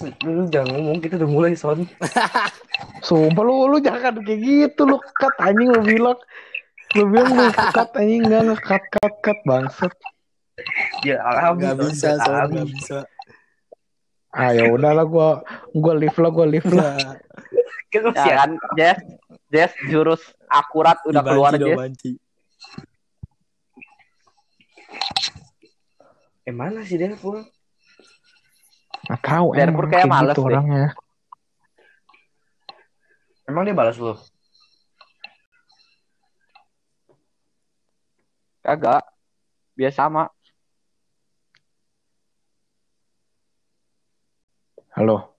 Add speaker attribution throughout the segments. Speaker 1: Lu Hmm, jangan ngomong kita udah mulai son.
Speaker 2: Sumpah lu, lu jangan kayak gitu lu cut anjing lu bilang. Lu bilang lu cut anjing enggak enggak cut cut cut bangsat.
Speaker 1: Ya alhamdulillah.
Speaker 3: Gak bisa,
Speaker 1: Son.
Speaker 3: Son.
Speaker 1: Alhamdulillah.
Speaker 3: Gak bisa.
Speaker 2: Ah ya udahlah gua gua live lah gua live lah.
Speaker 1: Kita
Speaker 4: Ya
Speaker 1: siap.
Speaker 4: kan, Jess, Jess jurus akurat udah
Speaker 3: Dibanci
Speaker 4: keluar
Speaker 3: dong,
Speaker 4: Jess.
Speaker 3: banci.
Speaker 1: Eh mana sih dia pulang?
Speaker 2: Nggak tahu gitu
Speaker 4: Darfur kayak males deh.
Speaker 2: orangnya.
Speaker 1: Emang dia balas lu?
Speaker 4: Kagak. Biasa sama.
Speaker 2: Halo,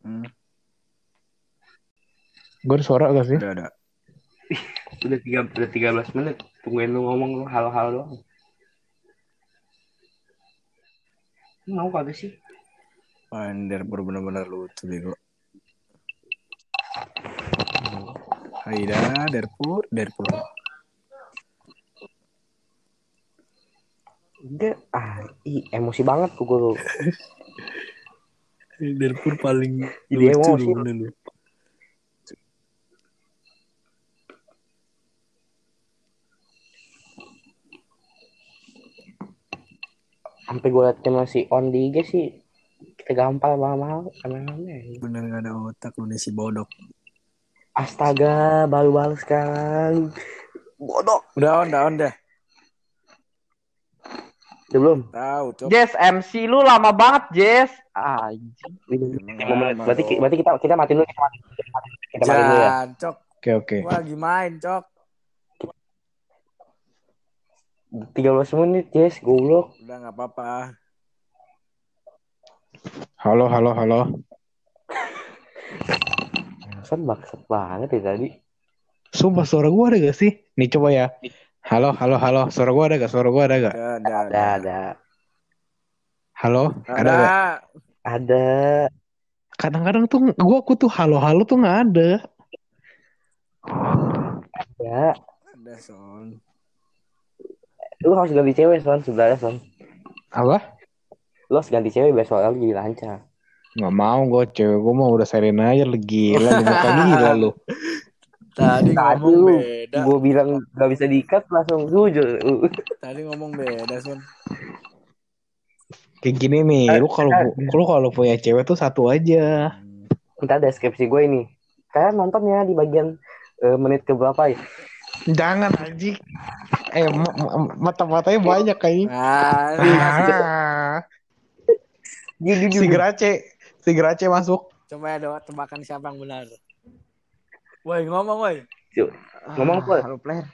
Speaker 3: Hmm,
Speaker 2: gua ada suara gak sih?
Speaker 3: udah, udah.
Speaker 1: Udah tiga udah tiga belas menit. Tungguin lu ngomong lu hal-hal doang. Lu Mau kagak sih?
Speaker 3: Pander bener-bener lucu bego. Aida, Derpur, Derpur.
Speaker 1: Enggak. Ah, ih, emosi banget tuh gue.
Speaker 3: Derpur paling
Speaker 1: Jadi
Speaker 3: lucu
Speaker 1: emosi.
Speaker 3: lu, bener lu.
Speaker 1: Sampai gue liatnya masih on di IG sih. Kita gampang mahal-mahal. Aneh-aneh.
Speaker 3: Bener gak ada otak lu nih si bodok.
Speaker 1: Astaga, baru balas sekarang. Bodoh.
Speaker 3: Udah on, udah on dah.
Speaker 1: Udah belum?
Speaker 3: Tahu, cok.
Speaker 4: Jess, MC lu lama banget, Jess. Anjing.
Speaker 1: Lima menit. Berarti berarti kita kita matiin dulu. Kita matiin dulu, kita matiin dulu, kita matiin dulu ya.
Speaker 3: Jangan, cok.
Speaker 2: Oke oke.
Speaker 3: Gua lagi main, cok.
Speaker 1: 13 menit, yes, goblok.
Speaker 3: Udah gak apa-apa.
Speaker 2: Halo halo halo.
Speaker 1: Kan maksud banget ya tadi.
Speaker 2: Sumpah suara gua ada gak sih? Nih coba ya. Halo halo halo. Suara gua ada gak? Suara gua ada gak?
Speaker 3: Udah, udah,
Speaker 1: Ada,
Speaker 3: udah.
Speaker 1: ada.
Speaker 2: Halo. Ada
Speaker 3: Ada.
Speaker 2: gak?
Speaker 1: Ada.
Speaker 2: Kadang-kadang tuh gua aku tuh halo halo tuh nggak ada.
Speaker 1: Ya.
Speaker 3: Ada, son.
Speaker 1: Lu harus ganti cewek, Son. Sebenarnya, Son.
Speaker 2: Apa?
Speaker 1: Lu harus ganti cewek biar soalnya lu jadi lancar.
Speaker 2: Nggak mau gua cewek gua mau udah Serena aja lagi gila lu muka gila lu.
Speaker 3: Tadi ngomong
Speaker 1: lu-
Speaker 3: beda.
Speaker 1: Gue bilang gak bisa diikat, langsung jujur.
Speaker 3: Tadi ngomong beda, son.
Speaker 2: Kayak gini nih, lu kalau lu kalau punya cewek tuh satu aja.
Speaker 1: Ntar deskripsi gue ini. Kalian nonton ya di bagian eh, menit ke berapa ya?
Speaker 2: Jangan anjing. Eh ma- ma- mata-matanya banyak kayaknya. Ah,
Speaker 3: Nah,
Speaker 1: Jujur,
Speaker 2: si Grace, si Grace masuk.
Speaker 3: coba ya doa tebakan siapa yang benar. Woi, ngomong woi.
Speaker 1: Ngomong, Pul.
Speaker 2: Halo player.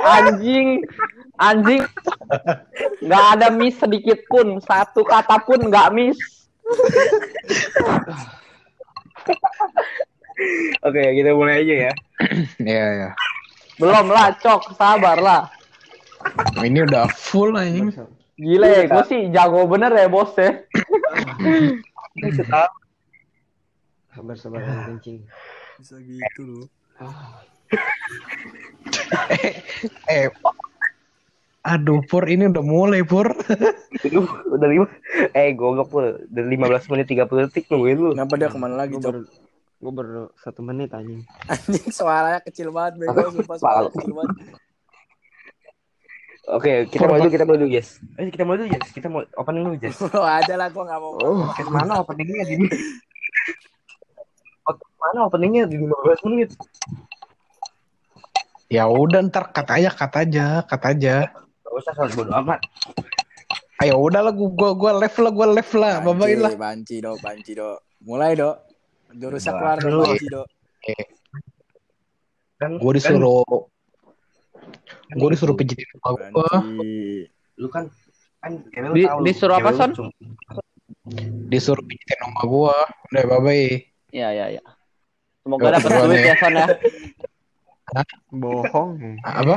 Speaker 4: Anjing. Anjing. Gak ada miss sedikit pun. Satu kata pun gak miss.
Speaker 1: Oke, kita mulai aja ya.
Speaker 2: Iya ya.
Speaker 4: Belum lah, Cok. Sabar lah.
Speaker 2: Ini udah full anjing.
Speaker 4: Gila ya, gue sih jago bener ya, bos ya.
Speaker 1: Sabar, sabar, kencing.
Speaker 3: Bisa gitu lu.
Speaker 2: Eh. Aduh, Pur, ini udah mulai, Pur.
Speaker 1: Lu udah lima, eh goblok pul, udah lima belas menit tiga puluh detik nungguin lu.
Speaker 3: Kenapa dia kemana lagi, Cok?
Speaker 1: Gue baru satu menit anjing.
Speaker 3: Anjing suaranya kecil banget, bego. Sumpah suaranya kecil banget.
Speaker 1: Oke, kita mau
Speaker 2: Format.
Speaker 1: dulu, kita mau dulu, yes. Eh, kita mau dulu, yes. Kita mau opening dulu, yes.
Speaker 3: Bro, aja lah, gua gak mau.
Speaker 1: Oh, mana openingnya di Mana openingnya di 15 menit?
Speaker 2: Ya udah ntar kata aja, kata aja, kata aja.
Speaker 1: Gak usah, soal bodo amat.
Speaker 2: Ayo udah lah, Ah, ya gua gua gua left lah, gua left lah,
Speaker 3: Banci,
Speaker 2: babain lah.
Speaker 3: Banci, do, banci, do. Mulai, do. Jurusnya keluar, do,
Speaker 2: Dulu.
Speaker 3: banci, do.
Speaker 1: Kan,
Speaker 2: Gua disuruh, gua disuruh pijitin muka gua,
Speaker 3: Banci.
Speaker 1: Lu kan, kan, kan lu
Speaker 4: Di-
Speaker 1: tahu lu,
Speaker 4: disuruh apa,
Speaker 1: cewek lu
Speaker 4: Son?
Speaker 1: cuma-
Speaker 2: disuruh pijitin muka gua. Udah babai.
Speaker 4: Iya, iya, iya. Semoga dapet
Speaker 2: Gua
Speaker 4: duit
Speaker 2: nih.
Speaker 4: ya, Son ya.
Speaker 1: Bohong.
Speaker 2: Apa?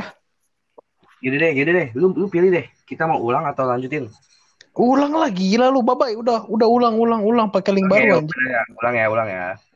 Speaker 1: Gini deh, gini deh. Lu, lu pilih deh. Kita mau ulang atau lanjutin?
Speaker 2: Ulang lagi gila lu, babai. Udah, udah ulang, ulang, ulang pakai link
Speaker 1: Oke,
Speaker 2: baru anjing.
Speaker 1: ulang ya, ulang ya, ulang ya.